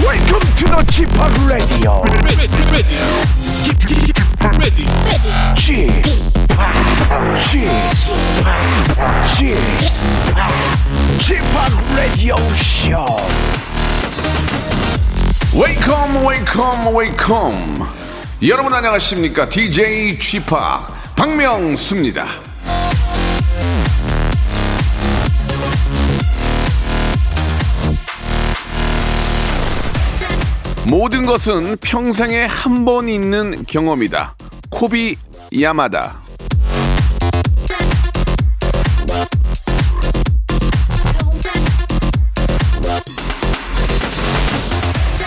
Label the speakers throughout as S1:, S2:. S1: Welcome to the g p o p Radio.
S2: ready, ready, ready, ready.
S1: g p o p g p o p g p o p Radio Show.
S3: 웨이컴 웨이컴 웨이컴 여러분 안녕하십니까 DJ 쥐파 박명수입니다 모든 것은 평생에 한 번 있는 경험이다 코비 야마다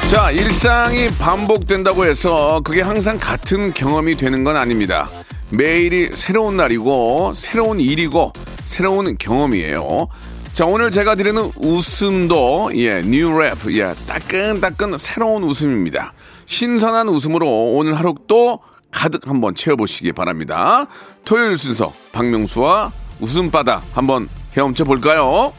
S3: 자, 일상이 반복된다고 해서 그게 항상 같은 경험이 되는 건 아닙니다. 매일이 새로운 날이고, 새로운 일이고, 새로운 경험이에요. 자, 오늘 제가 드리는 웃음도, 예, 뉴랩, 예, 따끈따끈 새로운 웃음입니다. 신선한 웃음으로 오늘 하루 또 가득 한번 채워보시기 바랍니다. 토요일 순서, 박명수와 웃음바다 한번 헤엄쳐 볼까요?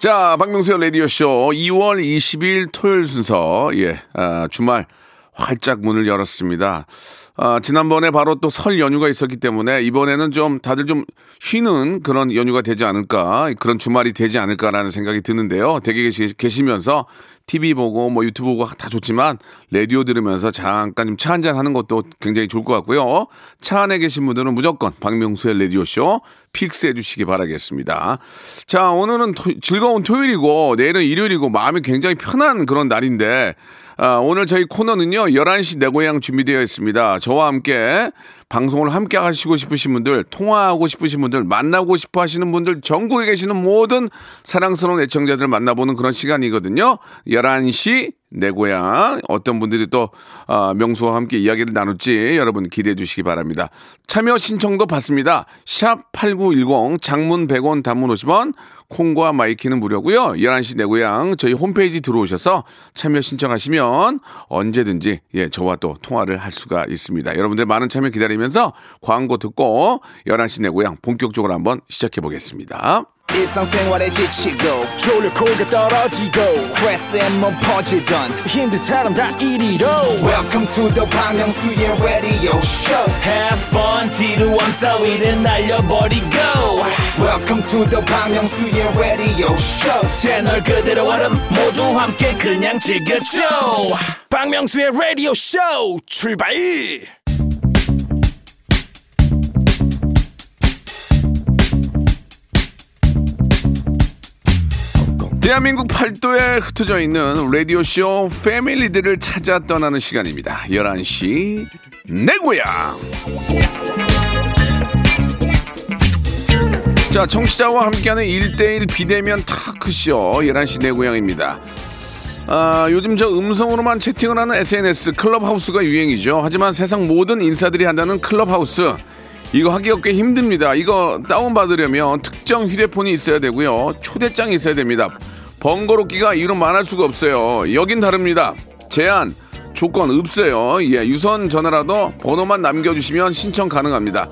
S3: 자, 박명수의 라디오쇼 2월 20일 토요일 순서, 예, 아, 주말 활짝 문을 열었습니다. 아, 지난번에 바로 또 설 연휴가 있었기 때문에 이번에는 좀 다들 좀 쉬는 그런 연휴가 되지 않을까, 그런 주말이 되지 않을까라는 생각이 드는데요. 댁에 계시, 계시면서 TV 보고 뭐 유튜브 보고 다 좋지만 라디오 들으면서 잠깐 좀 차 한잔 하는 것도 굉장히 좋을 것 같고요. 차 안에 계신 분들은 무조건 박명수의 라디오쇼 픽스해 주시기 바라겠습니다. 자, 오늘은 토- 즐거운 토요일이고 내일은 일요일이고 마음이 굉장히 편한 그런 날인데 아, 오늘 저희 코너는요, 11시 내 고향 준비되어 있습니다. 저와 함께 방송을 함께 하시고 싶으신 분들, 통화하고 싶으신 분들, 만나고 싶어 하시는 분들, 전국에 계시는 모든 사랑스러운 애청자들 만나보는 그런 시간이거든요. 11시 내 고향. 어떤 분들이 또, 아, 명수와 함께 이야기를 나눌지 여러분 기대해 주시기 바랍니다. 참여 신청도 받습니다. 샵8910 장문 100원 단문 50원 콩과 마이키는 무료고요. 11시 내 고향 저희 홈페이지 들어오셔서 참여 신청하시면 언제든지 예, 저와 또 통화를 할 수가 있습니다. 여러분들 많은 참여 기다리면서 광고 듣고 11시 내 고향 본격적으로 한번 시작해 보겠습니다.
S4: 일상생활에 지치고, 졸려 코가 떨어지고, 스트레스에 몸 퍼지던,
S1: 힘든 사람 다 이리로.
S4: welcome to the Bang Myung-soo's radio show
S5: Have fun 지루함 따위를 날려버리고
S4: welcome to the Bang Myung-soo's radio show
S5: 채널 그대로 얼음 모두 함께 그냥 즐겨줘
S1: 박명수의 라디오 쇼 출발.
S3: 대한민국 팔도에 흩어져 있는 라디오쇼 패밀리들을 찾아 떠나는 시간입니다. 11시 내 고향 자 청취자와 함께하는 1대1 비대면 타크쇼 11시 내 고향입니다. 아, 요즘 저 음성으로만 채팅을 하는 SNS 클럽하우스가 유행이죠. 하지만 세상 모든 인사들이 한다는 클럽하우스 이거 하기가 꽤 힘듭니다. 이거 다운받으려면 특정 휴대폰이 있어야 되고요. 초대장이 있어야 됩니다. 번거롭기가 이로 만할 수가 없어요. 여긴 다릅니다. 제한, 조건 없어요. 예, 유선 전화라도 번호만 남겨주시면 신청 가능합니다.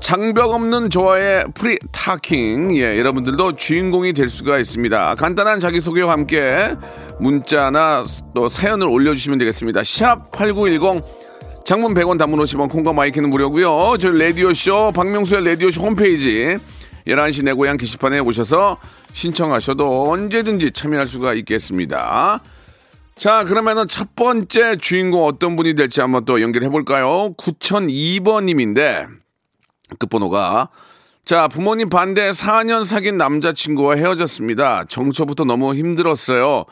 S3: 장벽 없는 조화의 프리 타킹. 예, 여러분들도 주인공이 될 수가 있습니다. 간단한 자기소개와 함께 문자나 또 사연을 올려주시면 되겠습니다. 샵8910 장문 100원 단문 50원 콩과 마이크는 무료고요. 저희 라디오쇼 박명수의 라디오쇼 홈페이지 11시 내 고향 게시판에 오셔서 신청하셔도 언제든지 참여할 수가 있겠습니다. 자, 그러면은 첫 번째 주인공 어떤 분이 될지 한번 또 연결해 볼까요? 9002번님인데 끝번호가 자 부모님 반대 4년 사귄 남자친구와 헤어졌습니다. 정초부터 너무 힘들었어요.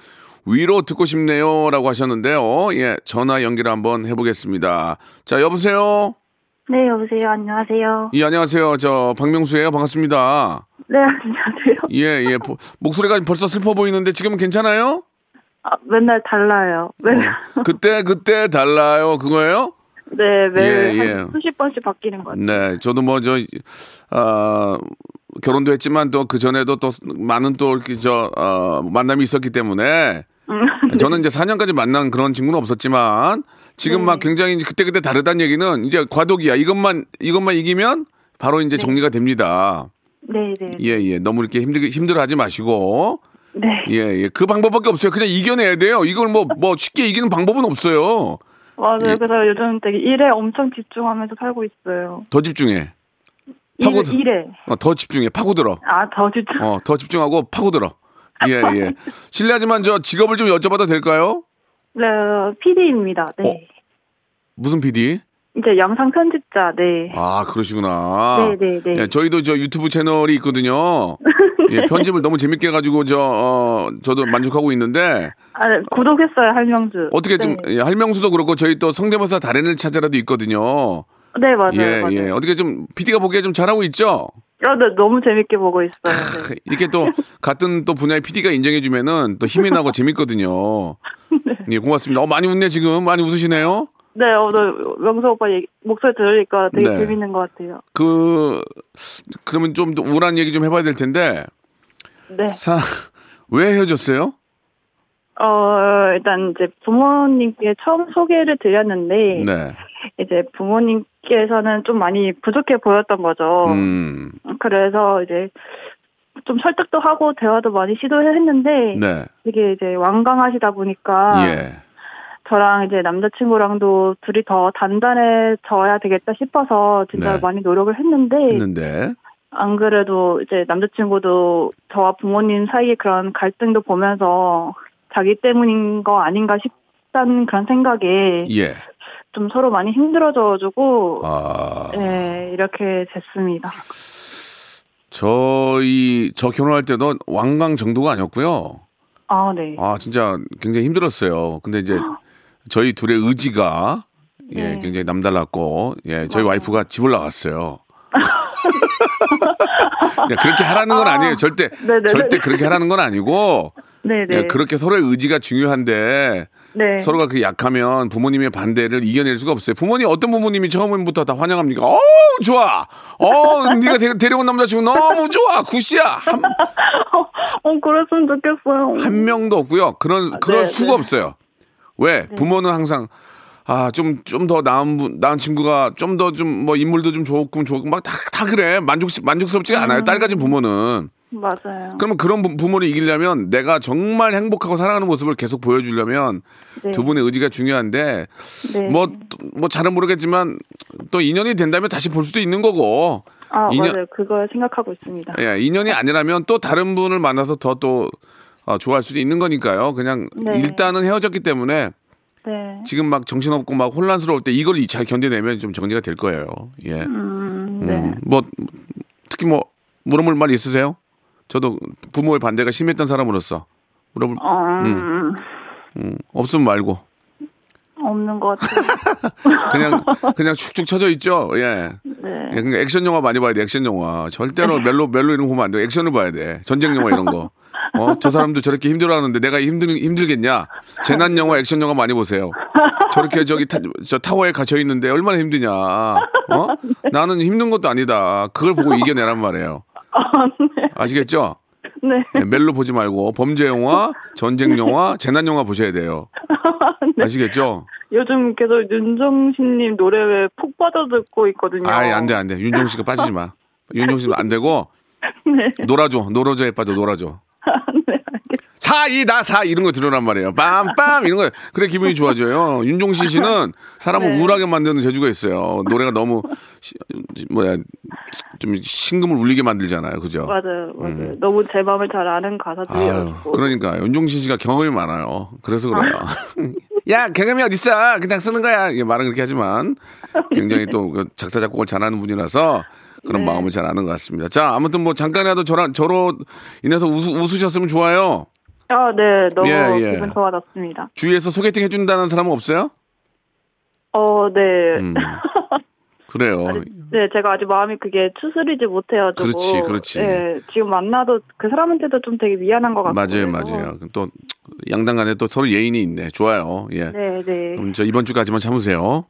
S3: 위로 듣고 싶네요라고 하셨는데요. 예 전화 연결 한번 해보겠습니다. 자 여보세요.
S6: 네, 여보세요. 안녕하세요.
S3: 예 안녕하세요. 저 박명수예요. 반갑습니다.
S6: 네, 안녕하세요.
S3: 예예 목소리가 벌써 슬퍼 보이는데 지금은 괜찮아요?
S6: 아, 맨날 달라요. 맨날.
S3: 그때 그때 달라요 그거예요?
S6: 네, 매일
S3: 예,
S6: 한
S3: 예.
S6: 수십 번씩 바뀌는 것 같아요.
S3: 네, 저도 뭐 저 아, 결혼도 했지만 또 그 전에도 또 많은 또 이렇게 저 어, 만남이 있었기 때문에 저는 이제 4년까지 만난 그런 친구는 없었지만 지금 막 굉장히 이제 그때그때 다르다는 얘기는 이제 과도기야. 이것만 이것만 이기면 바로 이제 정리가 됩니다.
S6: 네, 네.
S3: 예, 예. 너무 이렇게 힘들게 힘들어하지 마시고
S6: 네.
S3: 예, 예. 그 방법밖에 없어요. 그냥 이겨내야 돼요. 이걸 뭐, 뭐 쉽게 이기는 방법은 없어요.
S6: 맞아요.
S3: 예.
S6: 그래서 요즘 되게 일에 엄청 집중하면서 살고 있어요.
S3: 더 집중해.
S6: 일,
S3: 파고드-
S6: 일에.
S3: 어, 더 집중해. 파고들어.
S6: 아, 더 집중.
S3: 어, 더 집중하고 파고들어. 예, 예. 실례하지만 저 직업을 좀 여쭤봐도 될까요?
S6: 네, PD입니다. 네.
S3: 어? 무슨 PD?
S6: 이제 영상 편집자, 네.
S3: 아, 그러시구나.
S6: 네, 네, 네.
S3: 예, 저희도 저 유튜브 채널이 있거든요. 예, 편집을 너무 재밌게 해가지고 저, 어, 저도 만족하고 있는데
S6: 아, 네, 구독했어요, 할명주.
S3: 어떻게 좀
S6: 네,
S3: 예, 할명수도 그렇고 저희 또 성대모사 달인을 찾아라도 있거든요.
S6: 네, 맞아요.
S3: 예,
S6: 맞아요.
S3: 예. 어떻게 좀 PD가 보기에 좀 잘하고 있죠?
S6: 아, 네, 너무 재밌게 보고 있어요. 네.
S3: 이렇게 또 같은 또 분야의 PD가 인정해주면은 또 힘이 나고 재밌거든요. 예, 고맙습니다. 어, 많이 웃네 지금. 많이 웃으시네요.
S6: 네, 오늘 명수 오빠 얘기, 목소리 들으니까 되게
S3: 네.
S6: 재밌는 것 같아요.
S3: 그 그러면 좀더 우울한 얘기 좀 해봐야 될 텐데
S6: 네.
S3: 사 왜 헤어졌어요?
S6: 어, 일단 이제 부모님께 처음 소개를 드렸는데,
S3: 네.
S6: 이제 부모님께서는 좀 많이 부족해 보였던 거죠.
S3: 음.
S6: 그래서 이제 좀 설득도 하고 대화도 많이 시도했는데
S3: 네.
S6: 되게 이제 완강하시다 보니까
S3: 예.
S6: 저랑 이제 남자친구랑도 둘이 더 단단해져야 되겠다 싶어서 진짜
S3: 네.
S6: 많이 노력을 했는데
S3: 했는데.
S6: 안 그래도 이제 남자친구도 저와 부모님 사이에 그런 갈등도 보면서 자기 때문인 거 아닌가 싶다는 그런 생각에
S3: 예.
S6: 좀 서로 많이 힘들어져가지고
S3: 아.
S6: 네, 이렇게 됐습니다.
S3: 저희 저 결혼할 때도 왕강 정도가 아니었고요.
S6: 아, 네.
S3: 아 진짜 굉장히 힘들었어요. 근데 이제 저희 둘의 의지가 예
S6: 네.
S3: 굉장히 남달랐고 예 저희 와이프가 집을 나갔어요. 예, 그렇게 하라는 건
S6: 아.
S3: 아니에요. 절대
S6: 네네네.
S3: 절대 그렇게 하라는 건 아니고
S6: 네네.
S3: 예, 그렇게 서로의 의지가 중요한데
S6: 네.
S3: 서로가 그 약하면 부모님의 반대를 이겨낼 수가 없어요. 부모님 어떤 부모님이 처음부터 다 환영합니까? 어 좋아. 어 네가 데, 데려온 남자친구 너무 좋아. 굿이야. 한,
S6: 어, 그랬으면 좋겠어요.
S3: 한 명도 없고요. 그런 그런 수가
S6: 네.
S3: 없어요. 왜 부모는 항상 아 좀 좀 더 나은 분 나은 친구가 좀 더 좀 뭐 인물도 좀 좋고 좋고 막 다 다 그래 만족 만족스럽지가
S6: 음.
S3: 않아요. 딸 가진 부모는
S6: 맞아요.
S3: 그러면 그런 부- 부모를 이기려면 내가 정말 행복하고 사랑하는 모습을 계속 보여주려면
S6: 네.
S3: 그 두 분의 의지가 중요한데
S6: 네.
S3: 뭐 뭐 잘은 모르겠지만 또 인연이 된다면 다시 볼 수도 있는 거고
S6: 아,
S3: 인연-
S6: 맞아요. 그걸 생각하고 있습니다.
S3: 예, 인연이 아니라면 또 다른 분을 만나서 더 또 어, 좋아할 수도 있는 거니까요. 그냥
S6: 네.
S3: 일단은 헤어졌기 때문에
S6: 네.
S3: 지금 막 정신없고 막 혼란스러울 때 이걸 잘 견뎌내면 좀 정리가 될 거예요. 예.
S6: 음, 네.
S3: 음, 뭐 특히 뭐 물어볼 말 있으세요? 저도 부모의 반대가 심했던 사람으로서 물어볼
S6: 어,
S3: 음. 없으면 말고
S6: 없는 것 같아요.
S3: 그냥 그냥 축축 쳐져 있죠. 예.
S6: 네.
S3: 예, 그러니까 액션 영화 많이 봐야 돼. 액션 영화. 절대로 멜로 멜로 이런 거 보면 안 돼. 액션을 봐야 돼. 전쟁 영화 이런 거. 어, 저 사람도 저렇게 힘들어하는데 내가 힘들 힘들겠냐? 재난 영화, 액션 영화 많이 보세요. 저렇게 저기 타, 저 타워에 갇혀 있는데 얼마나 힘드냐? 어? 나는 힘든 것도 아니다. 그걸 보고 이겨내란 말이에요. 아시겠죠?
S6: 네.
S3: 예, 멜로 보지 말고 범죄 영화, 전쟁 영화, 재난 영화 보셔야 돼요. 아시겠죠?
S6: 요즘 계속 윤정신님 노래 왜 폭 빠져 듣고 있거든요.
S3: 아이 안돼 안돼 윤종 씨가 빠지지 마. 윤종 씨안 되고
S6: 네.
S3: 놀아줘 놀아줘에 빠져 놀아줘. 사이다 사 이런 거 들으란 말이에요. 빰빰 이런 거 그래 기분이 좋아져요. 윤종신 씨는 사람을
S6: 네.
S3: 우울하게 만드는 재주가 있어요. 노래가 너무 시- 뭐야 좀 신금을 울리게 만들잖아요, 그죠?
S6: 맞아요, 맞아요. 너무 제 마음을 잘 아는
S3: 아유,
S6: 가사들이어서.
S3: 그러니까 윤종신 씨가 경험이 많아요. 그래서 그래요. 야 경험이 어딨어? 그냥 쓰는 거야. 이게 말은 그렇게 하지만 굉장히 또그 작사 작곡을 잘하는 분이라서 그런
S6: 네.
S3: 마음을 잘 아는 것 같습니다. 자 아무튼 뭐 잠깐이라도 저라, 저로 인해서 웃, 웃으셨으면 좋아요.
S6: 아, 네. 너무
S3: 예, 예.
S6: 기분 좋아졌습니다.
S3: 주위에서 소개팅 해준다는 사람은 없어요? 음.
S6: 어, 네.
S3: 그래요.
S6: 네, 제가 아직 마음이 그게 추스리지 못해가지고.
S3: 그렇지, 그렇지.
S6: 예, 지금 만나도 그 사람한테도 좀 되게 미안한 것 같아요.
S3: 맞아요, 맞아요. 그럼 또 양당간에 또 서로 예인이 있네. 좋아요. 예.
S6: 네, 네.
S3: 그럼 저 이번 주까지만 참으세요.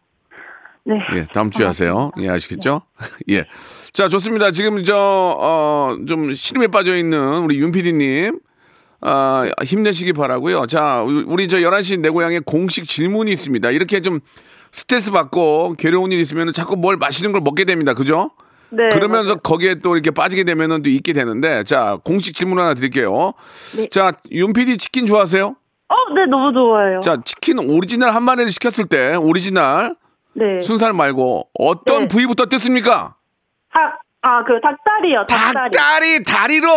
S6: 네.
S3: 예, 다음 주에 하세요. 예, 아시겠죠? 예. 자, 좋습니다. 지금 저, 어, 좀 시름에 빠져 있는 우리 윤PD님. 아, 힘내시기 바라고요 자, 우- 우리 저 11시 내 고향에 공식 질문이 있습니다. 이렇게 좀 스트레스 받고 괴로운 일 있으면 자꾸 뭘 맛있는 걸 먹게 됩니다. 그죠?
S6: 네.
S3: 그러면서 거기에 또 이렇게 빠지게 되면은 또 있게 되는데 자 공식 질문 하나 드릴게요.
S6: 네.
S3: 자 윤PD 치킨 좋아하세요?
S6: 어, 네, 너무 좋아요.
S3: 자 치킨 오리지널 한 마리를 시켰을 때 오리지널
S6: 네.
S3: 순살 말고 어떤
S6: 네.
S3: 부위부터 뜯습니까?
S6: 닭, 아, 그 닭다리요, 닭다리.
S3: 닭다리 다리로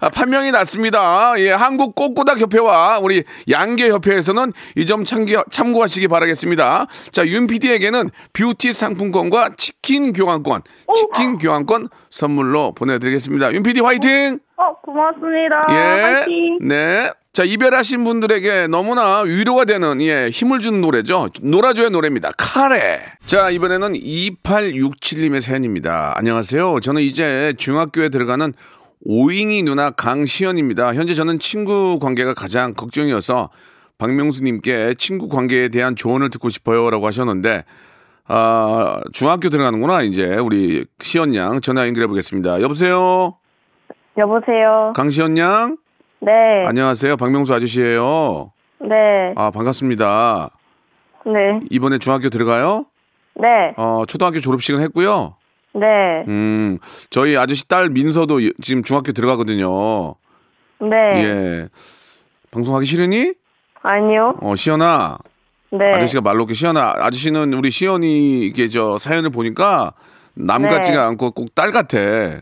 S3: 아, 판명이 났습니다. 예, 한국 꼬꼬닭 협회와 우리 양계 협회에서는 이 점 참고하시기 바라겠습니다. 자, 윤 PD에게는 뷰티 상품권과 치킨 교환권, 치킨 교환권 선물로 보내드리겠습니다. 윤 PD 화이팅!
S6: 어, 고맙습니다. 파이팅.
S3: 예. 네. 자, 이별하신 분들에게 너무나 위로가 되는, 예, 힘을 주는 노래죠. 놀아줘야 노래입니다. 카레. 자, 이번에는 2867님의 사연입니다. 안녕하세요. 저는 이제 중학교에 들어가는 오잉이 누나 강시연입니다. 현재 저는 친구 관계가 가장 걱정이어서 박명수님께 친구 관계에 대한 조언을 듣고 싶어요. 라고 하셨는데, 아, 중학교 들어가는구나, 이제. 우리 시연 양 전화 연결해 보겠습니다. 여보세요?
S6: 여보세요.
S3: 강시연 양?
S6: 네.
S3: 안녕하세요. 박명수 아저씨예요.
S6: 네.
S3: 아, 반갑습니다.
S6: 네.
S3: 이번에 중학교 들어가요?
S6: 네.
S3: 어, 초등학교 졸업식은 했고요.
S6: 네.
S3: 음, 저희 아저씨 딸 민서도 이- 지금 중학교 들어가거든요.
S6: 네.
S3: 예. 방송하기 싫으니?
S6: 아니요.
S3: 어, 시연아.
S6: 네.
S3: 아저씨가 말로 이렇게 시연아. 아저씨는 우리 시연이 이게 저 사연을 보니까 남
S6: 네.
S3: 같지가 않고 꼭 딸 같아.
S6: 네.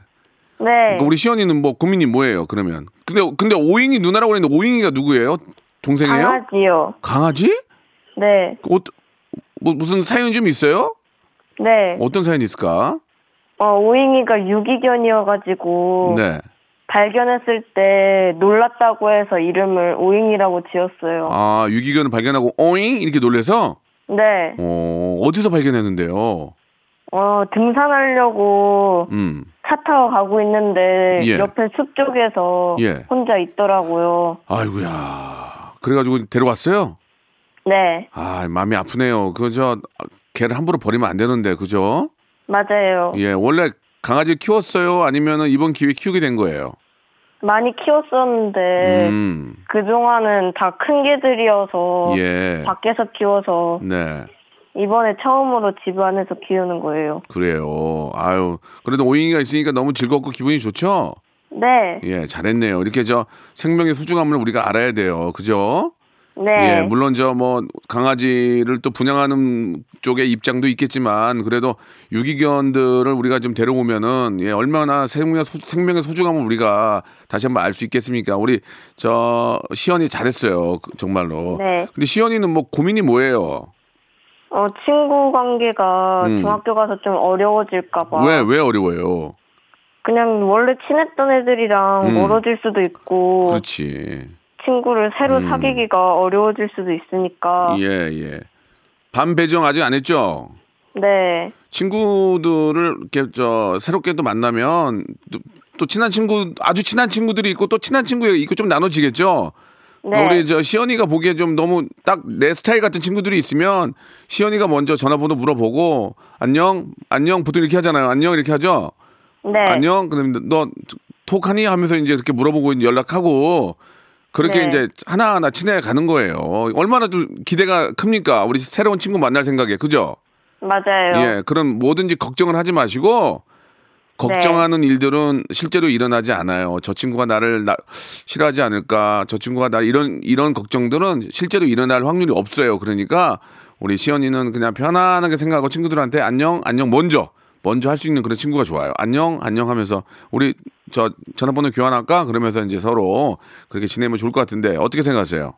S3: 그러니까 우리 시연이는 뭐 고민이 뭐예요, 그러면? 근데 근데 오잉이 누나라고 했는데 오잉이가 누구예요? 동생이에요?
S6: 강아지요.
S3: 강아지?
S6: 네.
S3: 어, 뭐 무슨 사연 좀 있어요?
S6: 네.
S3: 어떤 사연이 있을까?
S6: 어, 오잉이가 유기견이어가지고
S3: 네.
S6: 발견했을 때 놀랐다고 해서 이름을 오잉이라고 지었어요.
S3: 아 유기견을 발견하고 어잉 이렇게 놀래서
S6: 네.
S3: 어 어디서 발견했는데요?
S6: 어, 등산하려고
S3: 음.
S6: 차 타고 가고 있는데
S3: 예.
S6: 옆에 숲 쪽에서
S3: 예.
S6: 혼자 있더라고요.
S3: 아이고야. 그래가지고 데려왔어요.
S6: 네.
S3: 아 마음이 아프네요. 그저 개를 함부로 버리면 안 되는데 그죠?
S6: 맞아요.
S3: 예 원래 강아지 키웠어요? 아니면은 이번 기회 에 키우게 된 거예요?
S6: 많이 키웠었는데
S3: 음.
S6: 그동안은 다 큰 개들이어서
S3: 예.
S6: 밖에서 키워서
S3: 네.
S6: 이번에 처음으로 집 안에서 키우는 거예요.
S3: 그래요. 아유 그래도 오잉이가 있으니까 너무 즐겁고 기분이 좋죠?
S6: 네.
S3: 예, 잘했네요. 이렇게 저 생명의 소중함을 우리가 알아야 돼요. 그죠?
S6: 네.
S3: 예, 물론 저 뭐 강아지를 또 분양하는 쪽의 입장도 있겠지만 그래도 유기견들을 우리가 좀 데려오면은 예, 얼마나 생명의, 소, 생명의 소중함을 우리가 다시 한번 알 수 있겠습니까? 우리 저 시연이 잘했어요. 그- 정말로.
S6: 네.
S3: 근데 시연이는 뭐 고민이 뭐예요?
S6: 어, 친구 관계가
S3: 음.
S6: 중학교 가서 좀 어려워질까봐.
S3: 왜, 왜 어려워요?
S6: 그냥 원래 친했던 애들이랑
S3: 음.
S6: 멀어질 수도 있고,
S3: 그렇지.
S6: 친구를 새로
S3: 음.
S6: 사귀기가 어려워질 수도 있으니까.
S3: 예, 예. 반 배정 아직 안 했죠?
S6: 네.
S3: 친구들을 이렇게 저 새롭게 또 만나면 또, 또 친한 친구 아주 친한 친구들이 있고 또 친한 친구들이 있고 좀 나눠지겠죠.
S6: 네.
S3: 우리 저 시연이가 보기에 좀 너무 딱 내 스타일 같은 친구들이 있으면 시연이가 먼저 전화번호 물어보고 안녕 안녕 보통 이렇게 하잖아요. 안녕 이렇게 하죠.
S6: 네.
S3: 안녕 그럼 너 톡하니 하면서 이제 이렇게 물어보고 연락하고 그렇게
S6: 네.
S3: 이제 하나하나 친해 가는 거예요. 얼마나 좀 기대가 큽니까? 우리 새로운 친구 만날 생각에 그죠?
S6: 맞아요.
S3: 예, 그런 뭐든지 걱정을 하지 마시고 걱정하는
S6: 네.
S3: 일들은 실제로 일어나지 않아요. 저 친구가 나를 나- 싫어하지 않을까? 저 친구가 나 이런 이런 걱정들은 실제로 일어날 확률이 없어요. 그러니까 우리 시연이는 그냥 편안하게 생각하고 친구들한테 안녕 안녕 먼저 먼저 할 수 있는 그런 친구가 좋아요. 안녕 안녕 하면서 우리 저 전화번호 교환할까? 그러면서 이제 서로 그렇게 지내면 좋을 것 같은데 어떻게 생각하세요?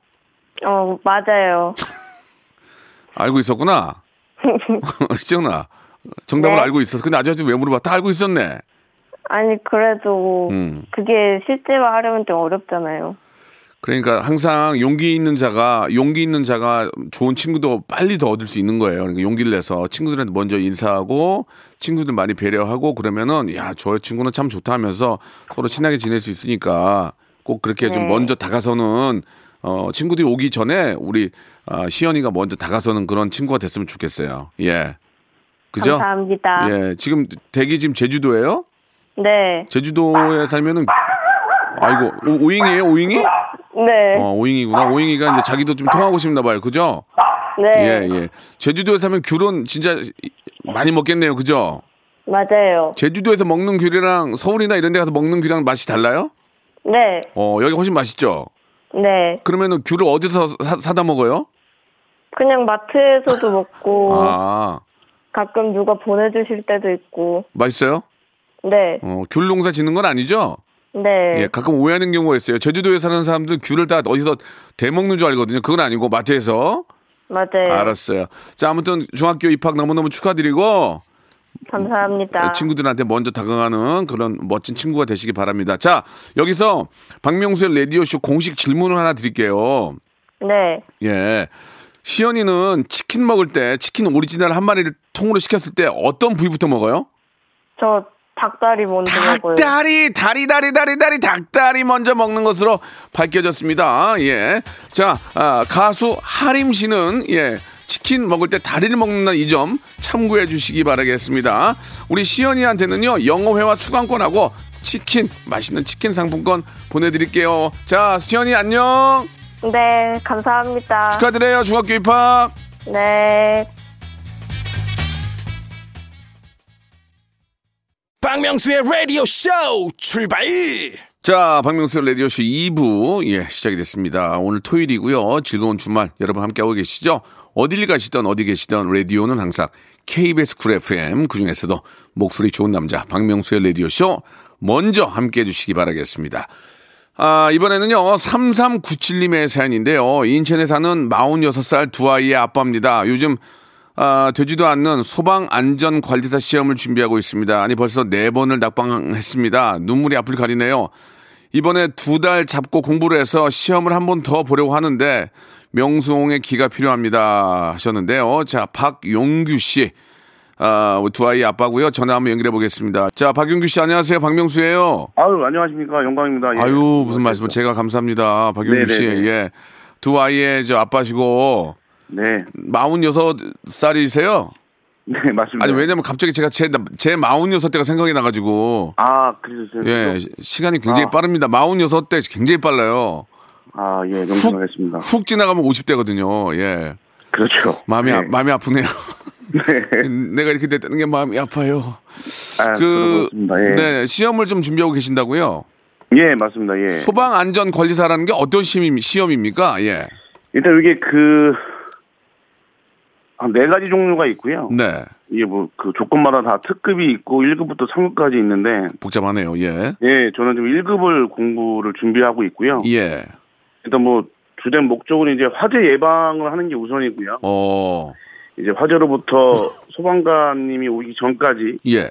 S6: 어, 맞아요.
S3: 알고 있었구나. 시연아 정답을
S6: 네.
S3: 알고 있었어. 근데 아저씨 왜 물어봐? 다 알고 있었네.
S6: 아니, 그래도
S3: 음.
S6: 그게 실제화 하려면 좀 어렵잖아요.
S3: 그러니까 항상 용기 있는 자가 용기 있는 자가 좋은 친구도 빨리 더 얻을 수 있는 거예요. 그러니까 용기를 내서 친구들한테 먼저 인사하고 친구들 많이 배려하고 그러면은 야 저 친구는 참 좋다 하면서 서로 친하게 지낼 수 있으니까 꼭 그렇게 좀
S6: 네.
S3: 먼저 다가서는 어 친구들이 오기 전에 우리 아, 시연이가 먼저 다가서는 그런 친구가 됐으면 좋겠어요. 예, 그죠?
S6: 감사합니다.
S3: 예, 지금 대기 지금 제주도예요?
S6: 네.
S3: 제주도에 살면은 아이고 오, 오잉이에요 오잉이?
S6: 네.
S3: 어, 오잉이구나. 오잉이가 이제 자기도 좀 통하고 싶나 봐요. 그죠? 예,
S6: 네.
S3: 예. 제주도에 사면 귤은 진짜 많이 먹겠네요. 그죠?
S7: 맞아요.
S3: 제주도에서 먹는 귤이랑 서울이나 이런 데 가서 먹는 귤이랑 맛이 달라요?
S7: 네,
S3: 어, 여기 훨씬 맛있죠?
S7: 네.
S3: 그러면은 귤을 어디서 사, 사다 먹어요?
S7: 그냥 마트에서도 먹고
S3: 아,
S7: 가끔 누가 보내주실 때도 있고.
S3: 맛있어요?
S7: 네,
S3: 어, 귤 농사 짓는 건 아니죠?
S7: 네,
S3: 예, 가끔 오해하는 경우가 있어요. 제주도에 사는 사람들 귤을 다 어디서 대먹는 줄 알거든요. 그건 아니고 마트에서.
S6: 네.
S7: 맞아요.
S3: 알았어요. 자, 아무튼 중학교 입학 너무너무 축하드리고
S6: 아.
S7: 감사합니다.
S3: 어, 친구들한테 먼저 다가가는 그런 멋진 친구가 되시기 바랍니다. 자, 여기서 박명수의 라디오쇼 공식 질문을 하나 드릴게요.
S7: 네,
S3: 예. 시연이는 치킨 먹을 때 치킨 오리지널 한 마리를 통으로 시켰을 때 어떤 부위부터 먹어요?
S7: 저 닭다리 먼저 먹어요.
S3: 닭다리, 다리, 다리, 다리, 다리, 닭다리 먼저 먹는 것으로 밝혀졌습니다. 예. 자, 아, 가수 하림 씨는, 예. 치킨 먹을 때 다리를 먹는다 이 점 참고해 주시기 바라겠습니다. 우리 시연이한테는요, 영어회화 수강권하고 치킨, 맛있는 치킨 상품권 보내드릴게요. 자, 시연이 안녕!
S7: 네, 감사합니다.
S3: 축하드려요, 중학교 입학!
S7: 네.
S5: 박명수의 라디오 쇼 출발
S3: 자, 박명수 라디오쇼 2부, 예, 시작이 됐습니다. 오늘 토요일이고요. 즐거운 주말 여러분 함께하고 계시죠? 어딜 가시던 어디 계시던 라디오는 항상 KBS 쿨 FM, 그 중에서도 목소리 좋은 남자, 박명수의 라디오쇼 먼저 함께 해주시기 바라겠습니다. 아, 이번에는요, 3397님의 사연인데요. 인천에 사는 46살 두 아이의 아빠입니다. 요즘, 아, 되지도 않는 소방안전관리사 시험을 준비하고 있습니다. 아니, 벌써 네 번을 낙방했습니다. 눈물이 앞을 가리네요. 이번에 두 달 잡고 공부를 해서 시험을 한 번 더 보려고 하는데, 명수홍의 기가 필요합니다. 하셨는데요. 자, 박용규 씨. 아, 두 아이 아빠고요 전화 한번 연결해 보겠습니다. 자, 박용규 씨, 안녕하세요. 박명수예요
S8: 아유 안녕하십니까 영광입니다. 예.
S3: 아유 무슨 말씀 제가 감사합니다 박영규
S8: 네네네.
S3: 씨. 예. 두 아이의 저 아빠시고
S8: 네,
S3: 46살이세요?
S8: 네 맞습니다.
S3: 아니 왜냐면 갑자기 제가 제제 46대가 생각이 나 가지고
S8: 아 그러셨어요.
S3: 예, 시- 시간이 굉장히
S8: 아.
S3: 빠릅니다. 46대 굉장히 빨라요.
S8: 아예 영광하겠습니다.
S3: 훅 지나가면 50대거든요. 예.
S8: 그렇죠.
S3: 마음이 아,
S8: 네.
S3: 마음이 아프네요. 내가 이렇게 됐다는 게 마음이 아파요.
S8: 아,
S3: 그
S8: 그렇습니다. 예.
S3: 네, 시험을 좀 준비하고 계신다고요?
S8: 예 맞습니다. 예.
S3: 소방 안전 관리사라는 게 어떤 시험, 시험입니까? 예.
S8: 일단 이게 그한네 네 가지 종류가 있고요.
S3: 네.
S8: 이게 뭐 그 조건마다 다 특급이 있고 1급부터 3급까지 있는데
S3: 복잡하네요. 예.
S8: 예 저는 지금 1급을 공부를 준비하고 있고요.
S3: 예.
S8: 일단 뭐 주된 목적은 이제 화재 예방을 하는 게 우선이고요.
S3: 어.
S8: 이제
S3: 음.
S8: 화재로부터 소방관님이 오기 전까지
S3: 예.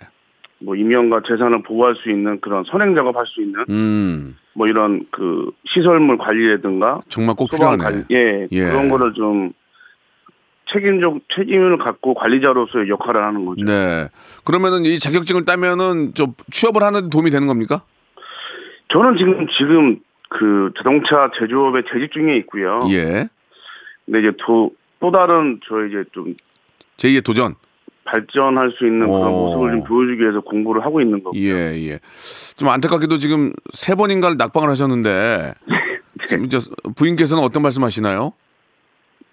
S8: 뭐 인명과 재산을 보호할 수 있는 그런 선행 작업할 수 있는
S3: 음.
S8: 뭐 이런 그 시설물 관리라든가
S3: 정말 꼭
S8: 소방
S3: 필요하네.
S8: 관리 예,
S3: 예.
S8: 그런 거를 좀 책임적 책임을 갖고 관리자로서의 역할을 하는 거죠.
S3: 네. 그러면은 이 자격증을 따면은 좀 취업을 하는 데 도움이 되는 겁니까?
S8: 저는 지금 지금 그 자동차 제조업에 재직 중에 있고요.
S3: 예.
S8: 근데 이제 또, 또 다른 저 이제 좀
S3: 제2의 도전.
S8: 발전할 수 있는 그런
S3: 오.
S8: 모습을 좀 보여주기 위해서 공부를 하고 있는 거고.
S3: 예, 예. 좀 안타깝게도 지금 세 번인가를 낙방을 하셨는데
S8: 네.
S3: 지금 이제 부인께서는 어떤 말씀하시나요?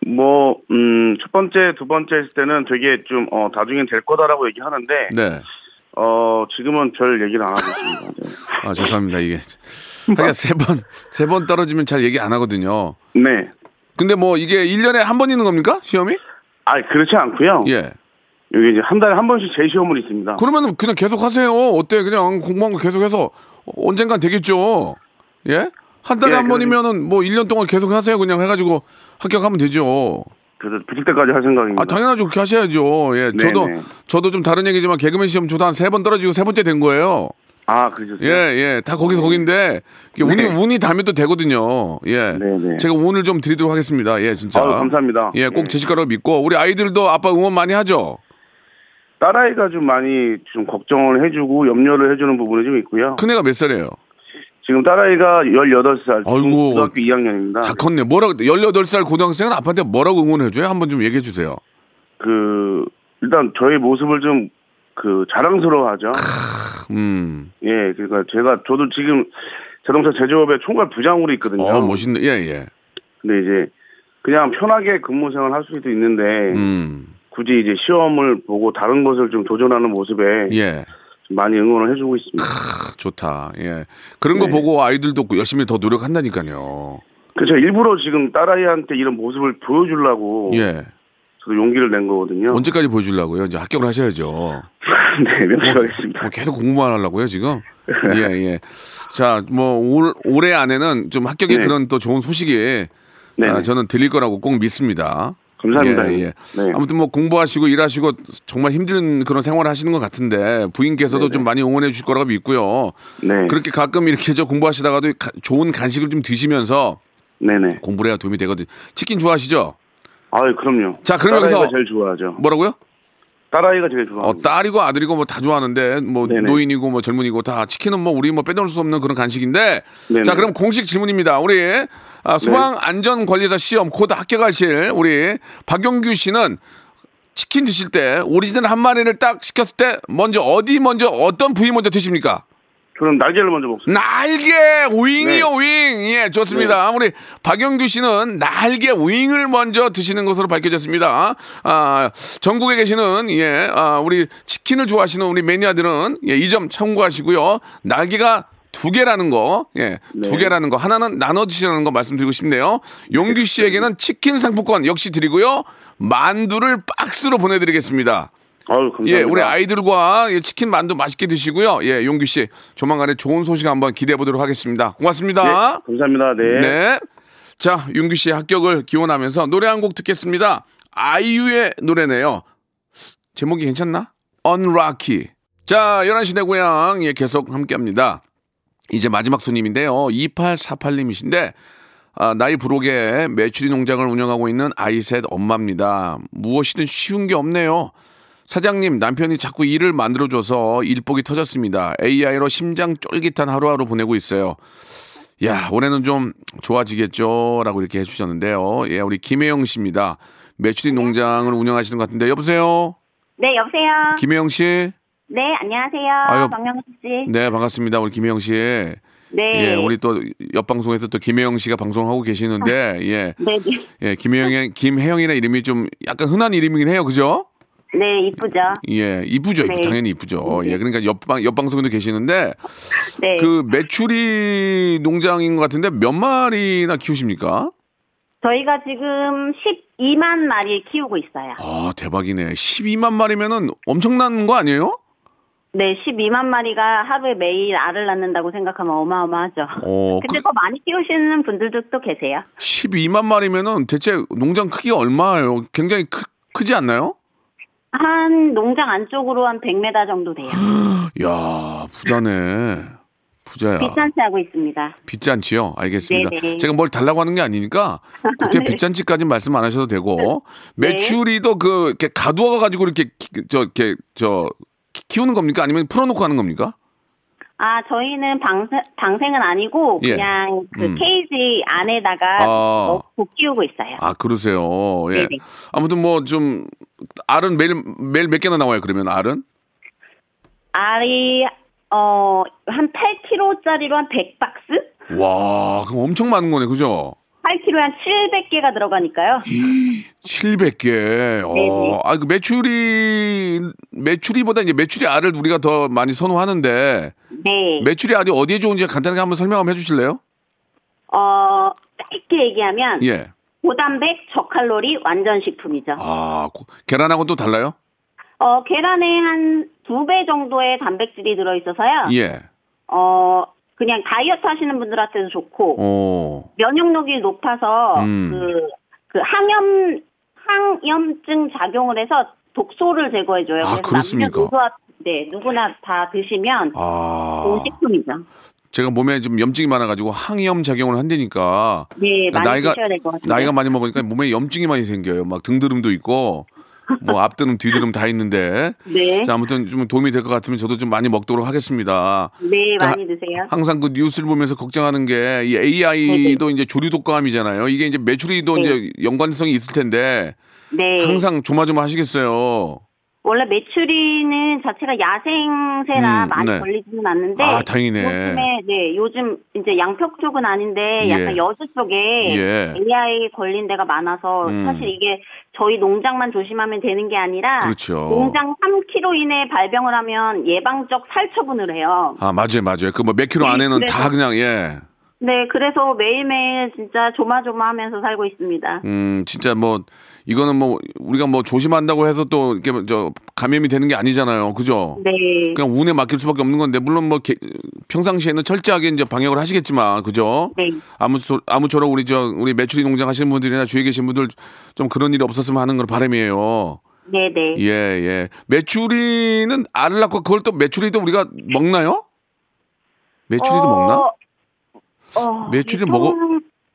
S8: 뭐, 음, 첫 번째, 두 번째 했을 때는 되게 좀, 어, 나중엔 될 거다라고 얘기하는데,
S3: 네.
S8: 어, 지금은 별 얘기를 안 하고 있습니다. 네.
S3: 아, 죄송합니다. 이게
S8: 뭐?
S3: 하긴 세 번, 세 번 떨어지면 잘 얘기 안 하거든요.
S8: 네.
S3: 근데 뭐 이게 일년에 한 번 있는 겁니까? 시험이?
S8: 아, 그렇지 않고요.
S3: 예.
S8: 여기 이제 한 달에 한 번씩 재시험을 있습니다.
S3: 그러면 그냥 계속 하세요. 어때? 그냥 공부한 거 계속해서 언젠간 되겠죠. 예? 한 달에
S8: 예,
S3: 한
S8: 그러니-
S3: 번이면은 뭐 1년 동안 계속 하세요. 그냥 해가지고 합격하면 되죠.
S8: 그래서 붙을 때까지 할 생각입니다.
S3: 아, 당연하죠. 그렇게 하셔야죠. 예. 저도,
S8: 네.
S3: 저도 좀 다른 얘기지만 개그맨 시험 저도 한 세 번 떨어지고 세 번째 된 거예요.
S8: 아, 그러셨어요?
S3: 예, 예. 다 거기서 거긴데 이게 운이,
S8: 네.
S3: 운이 닿으면 또 되거든요. 예.
S8: 네, 네.
S3: 제가 운을 좀 드리도록 하겠습니다. 예, 진짜.
S8: 아유, 감사합니다.
S3: 예, 꼭
S8: 예.
S3: 되실 거라고 믿고 우리 아이들도 아빠 응원 많이 하죠.
S8: 딸아이가 좀 많이 좀 걱정을 해주고 염려를 해주는 부분이 좀 있고요.
S3: 큰애가 몇 살이에요?
S8: 지금 딸아이가 18살,
S3: 아이고.
S8: 지금 고등학교 2학년입니다.
S3: 다 컸네. 뭐라고 18살 고등학생은 아빠한테 뭐라고 응원해 줘요? 한번 좀 얘기해 주세요.
S8: 그, 일단 저의 모습을 좀, 그, 자랑스러워하죠.
S3: 음.
S8: 예, 그러니까 제가, 저도 지금 자동차 제조업의 총괄 부장으로 있거든요.
S3: 어, 멋있네. 예, 예.
S8: 근데 이제, 그냥 편하게 근무 생활 할 수도 있는데,
S3: 음.
S8: 굳이 이제 시험을 보고 다른 것을 좀 도전하는 모습에
S3: 예.
S8: 좀 많이 응원을 해주고 있습니다.
S3: 크, 좋다. 예. 그런
S8: 네.
S3: 거 보고 아이들도 열심히 더 노력한다니까요.
S8: 그래서 일부러 지금 딸아이한테 이런 모습을 보여주려고
S3: 예.
S8: 저도 용기를 낸 거거든요.
S3: 언제까지 보여주려고요? 이제 합격을 하셔야죠.
S8: 네,
S3: 뭐
S8: 명심하겠습니다.
S3: 계속 공부만 하려고요, 지금? 예, 예. 자, 뭐, 올, 올해 안에는 좀 합격의
S8: 네.
S3: 그런 또 좋은 소식이
S8: 네,
S3: 아,
S8: 네.
S3: 저는 들릴 거라고 꼭 믿습니다.
S8: 감사합니다.
S3: 예, 예.
S8: 네.
S3: 아무튼 뭐 공부하시고 일하시고 정말 힘든 그런 생활을 하시는 것 같은데 부인께서도 좀 많이 응원해 주실 거라고 믿고요.
S8: 네,
S3: 그렇게 가끔 이렇게 저 공부하시다가도 가- 좋은 간식을 좀 드시면서
S8: 네네.
S3: 공부를 해야 도움이 되거든요. 치킨 좋아하시죠?
S8: 아유, 그럼요.
S3: 자, 그럼
S8: 딸아이가
S3: 여기서-
S8: 제일 좋아하죠.
S3: 뭐라고요?
S8: 딸아이가 제일 좋아하죠.
S3: 어, 딸이고 아들이고 뭐 다 좋아하는데 뭐
S8: 네네.
S3: 노인이고 뭐 젊은이고 다 치킨은 뭐 우리 뭐 빼놓을 수 없는 그런 간식인데
S8: 네네. 네.
S3: 자 그럼 공식 질문입니다 우리 아, 수방 안전 관리사 시험 곧 합격하실 우리 박영규 씨는 치킨 드실 때 오리지널 한 마리를 딱 시켰을 때 먼저 어디 먼저 어떤 부위 먼저 드십니까?
S8: 저는 날개를 먼저 먹습니다.
S3: 날개 윙이요 윙. 예, 좋습니다. 우리 박영규 씨는 날개 윙을 먼저 드시는 것으로 밝혀졌습니다. 아, 전국에 계시는 예, 아, 우리 치킨을 좋아하시는 우리 매니아들은 예, 이 점 참고하시고요. 날개가 두 개라는 거, 예, 두 개라는 거, 하나는 나눠 드시라는 거 말씀드리고 싶네요. 용규 씨에게는 치킨 상품권 역시 드리고요. 만두를 박스로 보내드리겠습니다.
S8: 아유, 감사합니다.
S3: 예, 우리 아이들과 예, 치킨 만두 맛있게 드시고요. 예, 용규 씨 조만간에 좋은 소식 한번 기대해 보도록 하겠습니다.
S8: 네,
S3: 고맙습니다.
S8: 감사합니다. 네.
S3: 자, 용규 씨의 합격을 기원하면서 노래 한 곡 듣겠습니다. 아이유의 노래네요. 제목이 괜찮나? Unrocky. 자, 11시 내 고향 예, 계속 함께 합니다. 이제 마지막 손님인데요. 2848님이신데 아, 나이 부록에 메추리 농장을 운영하고 있는 아이셋 엄마입니다. 무엇이든 쉬운 게 없네요. 사장님, 남편이 자꾸 일을 만들어줘서 일복이 터졌습니다. AI로 심장 쫄깃한 하루하루 보내고 있어요. 야, 올해는 좀 좋아지겠죠? 라고 이렇게 해주셨는데요. 예, 우리 김혜영 씨입니다. 메추리 농장을 운영하시는 것 같은데, 여보세요?
S7: 네, 여보세요.
S3: 김혜영 씨?
S7: 네, 안녕하세요.
S3: 아유.
S7: 박명수 씨.
S3: 네, 반갑습니다. 우리 김혜영 씨.
S7: 네.
S3: 예, 우리 또 옆방송에서 또 김혜영 씨가 방송하고 계시는데, 예.
S7: 네, 네.
S3: 예, 김혜영의, 김혜영이라는 이름이 좀 약간 흔한 이름이긴 해요. 그죠?
S7: 네, 이쁘죠?
S3: 예, 이쁘죠. 이쁘-
S7: 네.
S3: 당연히 이쁘죠. 예, 그러니까 옆방, 옆방송에도 계시는데,
S7: 네.
S3: 그 메추리 농장인 것 같은데 몇 마리나 키우십니까?
S7: 저희가 지금 12만 마리 키우고 있어요.
S3: 아, 대박이네. 12만 마리면은 엄청난 거 아니에요?
S7: 네, 12만 마리가 하루에 매일 알을 낳는다고 생각하면 어마어마하죠.
S3: 어,
S7: 근데
S3: 그-
S7: 더 많이 키우시는 분들도 또 계세요.
S3: 12만 마리면은 대체 농장 크기가 얼마예요? 굉장히 크, 크지 않나요?
S7: 한 농장 안쪽으로 한 100m 정도 돼요.
S3: 야, 부자네. 부자야.
S7: 비싼 차 하고 있습니다.
S3: 빚잔치요? 알겠습니다.
S7: 네네. 네.
S3: 제가 뭘 달라고 하는 게 아니니까 그때 빚잔치까지 말씀 안 하셔도 되고 메추리도 그 이렇게 가두어 가지고 이렇게 키- 그, 저 이렇게 저 키- 키우는 겁니까? 아니면 풀어놓고 하는 겁니까?
S7: 아, 저희는 방생, 방생은 아니고
S3: 예.
S7: 그냥 그
S3: 음.
S7: 케이지 안에다가
S3: 아.
S7: 넣고 키우고 있어요.
S3: 아 그러세요. 예.
S7: 네네.
S3: 아무튼 뭐 좀 알은 매일 매일 몇 개나 나와요? 그러면 알은?
S7: 알이 어, 한 8kg짜리로 한 100박스?
S3: 와, 그럼 엄청 많은 거네, 그죠?
S7: 8kg에 한 700개가 들어가니까요.
S3: 700개. 어,
S7: 네네.
S3: 아, 그 메추리, 메추리보다 이제 메추리 알을 우리가 더 많이 선호하는데,
S7: 네.
S3: 메추리 알이 어디에 좋은지 간단하게 한번 설명 한번 해주실래요?
S7: 어, 짧게 얘기하면
S3: 예.
S7: 고단백, 저칼로리, 완전 식품이죠.
S3: 아, 고- 계란하고 또 달라요?
S7: 어, 계란에 한 두 배 정도의 단백질이 들어있어서요.
S3: 예.
S7: 어, 그냥 다이어트 하시는 분들한테도 좋고,
S3: 어,
S7: 면역력이 높아서,
S3: 음.
S7: 그, 그 항염, 항염증 작용을 해서 독소를 제거해줘요.
S3: 아,
S7: 그래서
S3: 그렇습니까?
S7: 남녀노소, 네, 누구나 다 드시면 좋은
S3: 아.
S7: 식품이죠.
S3: 제가 몸에 좀 염증이 많아가지고 항염 작용을 한다니까.
S7: 네, 많이
S3: 나이가,
S7: 드셔야 될 것 같아요.
S3: 나이가 많이 먹으니까 몸에 염증이 많이 생겨요. 막 등드름도 있고, 뭐 앞드름, 뒤드름 다 있는데.
S7: 네,
S3: 자, 아무튼 좀 도움이 될 것 같으면 저도 좀 많이 먹도록 하겠습니다.
S7: 네,
S3: 자,
S7: 많이 드세요.
S3: 항상 그 뉴스를 보면서 걱정하는 게 이 AI도 이제 조류 독감이잖아요. 이게 이제 매출이도
S7: 네.
S3: 이제 연관성이 있을 텐데
S7: 네.
S3: 항상 조마조마하시겠어요.
S7: 원래 메추리는 자체가 야생새라
S3: 음,
S7: 많이
S3: 네.
S7: 걸리지는 않는데
S3: 아, 다행이네.
S7: 요즘에 네 요즘 이제 양평 쪽은 아닌데
S3: 예.
S7: 약간 여수 쪽에
S3: 예.
S7: AI 걸린 데가 많아서
S3: 음.
S7: 사실 이게 저희 농장만 조심하면 되는 게 아니라
S3: 그렇죠.
S7: 농장 3km 이내에 발병을 하면 예방적 살처분을 해요.
S3: 아 맞아요 맞아요. 그 뭐 몇 킬로
S7: 네,
S3: 안에는
S7: 그래서-
S3: 다 그냥 예.
S7: 네 그래서 매일매일 진짜 조마조마하면서 살고 있습니다.
S3: 음 진짜 뭐 이거는 뭐 우리가 뭐 조심한다고 해서 또 이렇게 저 감염이 되는 게 아니잖아요. 그죠?
S7: 네.
S3: 그냥 운에 맡길 수밖에 없는 건데 물론 뭐 개- 평상시에는 철저하게 이제 방역을 하시겠지만 그죠?
S7: 네.
S3: 아무쪼 아무쪼록 우리 저 우리 메추리 농장 하시는 분들이나 주위에 계신 분들 좀 그런 일이 없었으면 하는 걸 바람이에요.
S7: 네네.
S3: 예 예. 메추리는 알을 낳고 그걸 또 메추리도 우리가 먹나요? 메추리도 먹나?
S7: 어,
S3: 메추리를
S7: 보통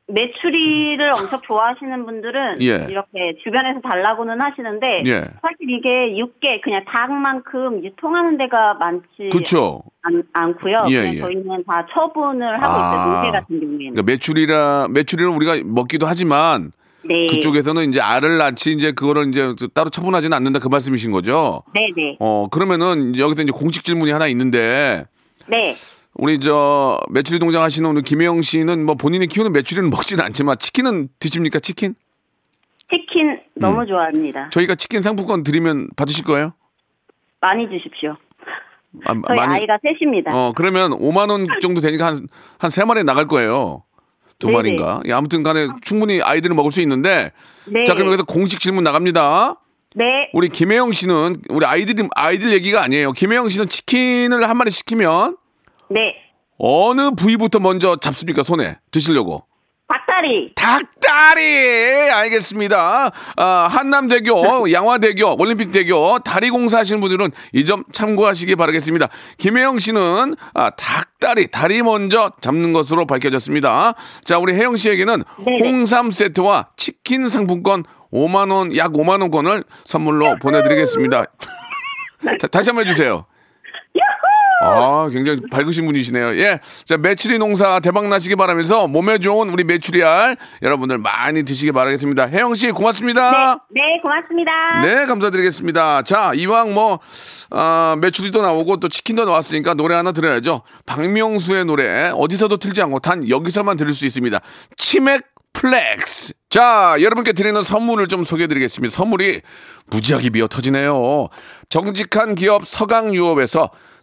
S3: 먹어-
S7: 메추리를 엄청 좋아하시는 분들은
S3: 예.
S7: 이렇게 주변에서 달라고는 하시는데
S3: 예.
S7: 사실 이게 육개 그냥 닭만큼 유통하는 데가 많지
S3: 그렇죠.
S7: 않, 않고요.
S3: 예,
S7: 그냥
S3: 예.
S7: 저희는 다 처분을 하고
S3: 아.
S7: 있어요. 농새 같은 경우에는.
S3: 그러니까 메추리라 메추리를 우리가 먹기도 하지만
S7: 네.
S3: 그쪽에서는 이제 알을 낳지 이제 그거를 이제 따로 처분하지는 않는다 그 말씀이신 거죠?
S7: 네네.
S3: 어 그러면은 이제 여기서 이제 공식 질문이 하나 있는데
S7: 네.
S3: 우리 저 메추리 동장 하시는 우리 김혜영 씨는 뭐 본인이 키우는 메추리는 먹지는 않지만 치킨은 드십니까 치킨?
S7: 치킨
S3: 음.
S7: 너무 좋아합니다.
S3: 저희가 치킨 상품권 드리면 받으실 거예요?
S7: 많이 주십시오.
S3: 아,
S7: 저희 아이가 셋입니다.
S3: 어 그러면 5만 원 정도 되니까 한한세 마리 나갈 거예요. 두
S7: 네네.
S3: 마리인가? 예, 아무튼 간에 충분히 아이들은 먹을 수 있는데
S7: 네.
S3: 자 그럼 여기서 공식 질문 나갑니다.
S7: 네.
S3: 우리 김혜영 씨는 우리 아이들이 아이들 얘기가 아니에요. 김혜영 씨는 치킨을 한 마리 시키면
S7: 네.
S3: 어느 부위부터 먼저 잡습니까 손에 드시려고?
S7: 닭다리.
S3: 닭다리 알겠습니다. 아, 한남대교, 양화대교, 올림픽대교 다리 공사하시는 분들은 이 점 참고하시기 바라겠습니다. 김혜영 씨는 아, 닭다리 다리 먼저 잡는 것으로 밝혀졌습니다. 자 우리 혜영 씨에게는
S7: 네네.
S3: 홍삼 세트와 치킨 상품권 5만 원 약 5만 원권을 선물로 보내드리겠습니다. 자, 다시 한번 해주세요. 아, 굉장히 밝으신 분이시네요. 예. 자, 메추리 농사 대박 나시기 바라면서 몸에 좋은 우리 메추리알 여러분들 많이 드시기 바라겠습니다. 혜영 씨 고맙습니다.
S7: 네. 네. 고맙습니다.
S3: 네, 감사드리겠습니다. 자, 이왕 뭐, 아, 메추리도 나오고 또 치킨도 나왔으니까 노래 하나 들어야죠. 박명수의 노래, 어디서도 틀지 않고 단 여기서만 들을 수 있습니다. 치맥 플렉스. 자, 여러분께 드리는 선물을 좀 소개해 드리겠습니다. 선물이 무지하게 미어 터지네요. 정직한 기업 서강유업에서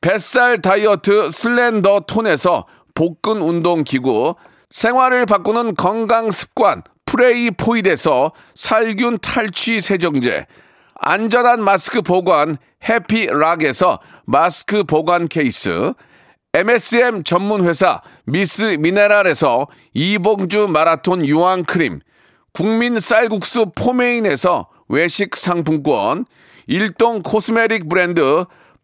S3: 뱃살 다이어트 슬렌더 톤에서 복근 운동 기구, 생활을 바꾸는 건강 습관 프레이 포이드에서 살균 탈취 세정제, 안전한 마스크 보관 해피락에서 마스크 보관 케이스, MSM 전문 회사 미스 미네랄에서 이봉주 마라톤 유황 크림, 국민 쌀국수 포메인에서 외식 상품권, 일동 코스메릭 브랜드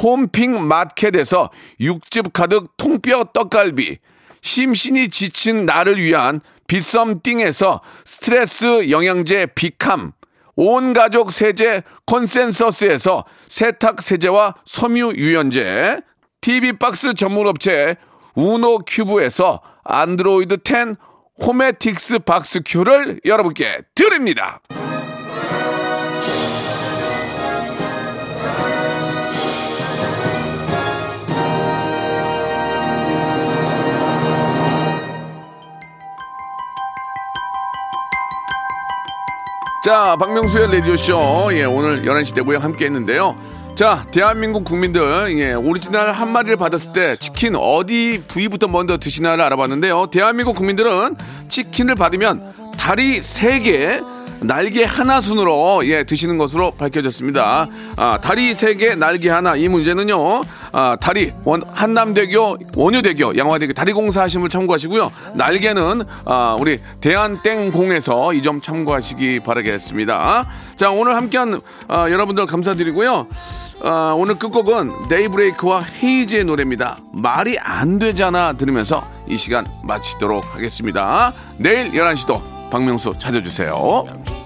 S3: 홈핑 마켓에서 육즙 가득 통뼈 떡갈비, 심신이 지친 나를 위한 빗썸띵에서 스트레스 영양제 비캄, 온 가족 세제 컨센서스에서 세탁 세제와 섬유 유연제, TV 박스 전문 업체 우노 큐브에서 안드로이드 10 호메틱스 박스 큐를 여러분께 드립니다. 자, 박명수의 라디오쇼. 예, 오늘 11시 대고요 함께 했는데요. 자, 대한민국 국민들, 예, 오리지널 한 마리를 받았을 때 치킨 어디 부위부터 먼저 드시나를 알아봤는데요. 대한민국 국민들은 치킨을 받으면 다리 세개 날개 하나 순으로, 예, 드시는 것으로 밝혀졌습니다. 아, 다리 세개 날개 하나. 이 문제는요, 아, 다리, 원, 한남대교, 원유대교, 양화대교, 다리공사 하심을 참고하시고요. 날개는, 아, 우리 대한땡공에서 이 점 참고하시기 바라겠습니다. 자, 오늘 함께한, 아, 여러분들 감사드리고요. 아, 오늘 끝곡은 데이브레이크와 헤이즈의 노래입니다. 말이 안 되잖아 들으면서 이 시간 마치도록 하겠습니다. 내일 11시도 박명수 찾아주세요.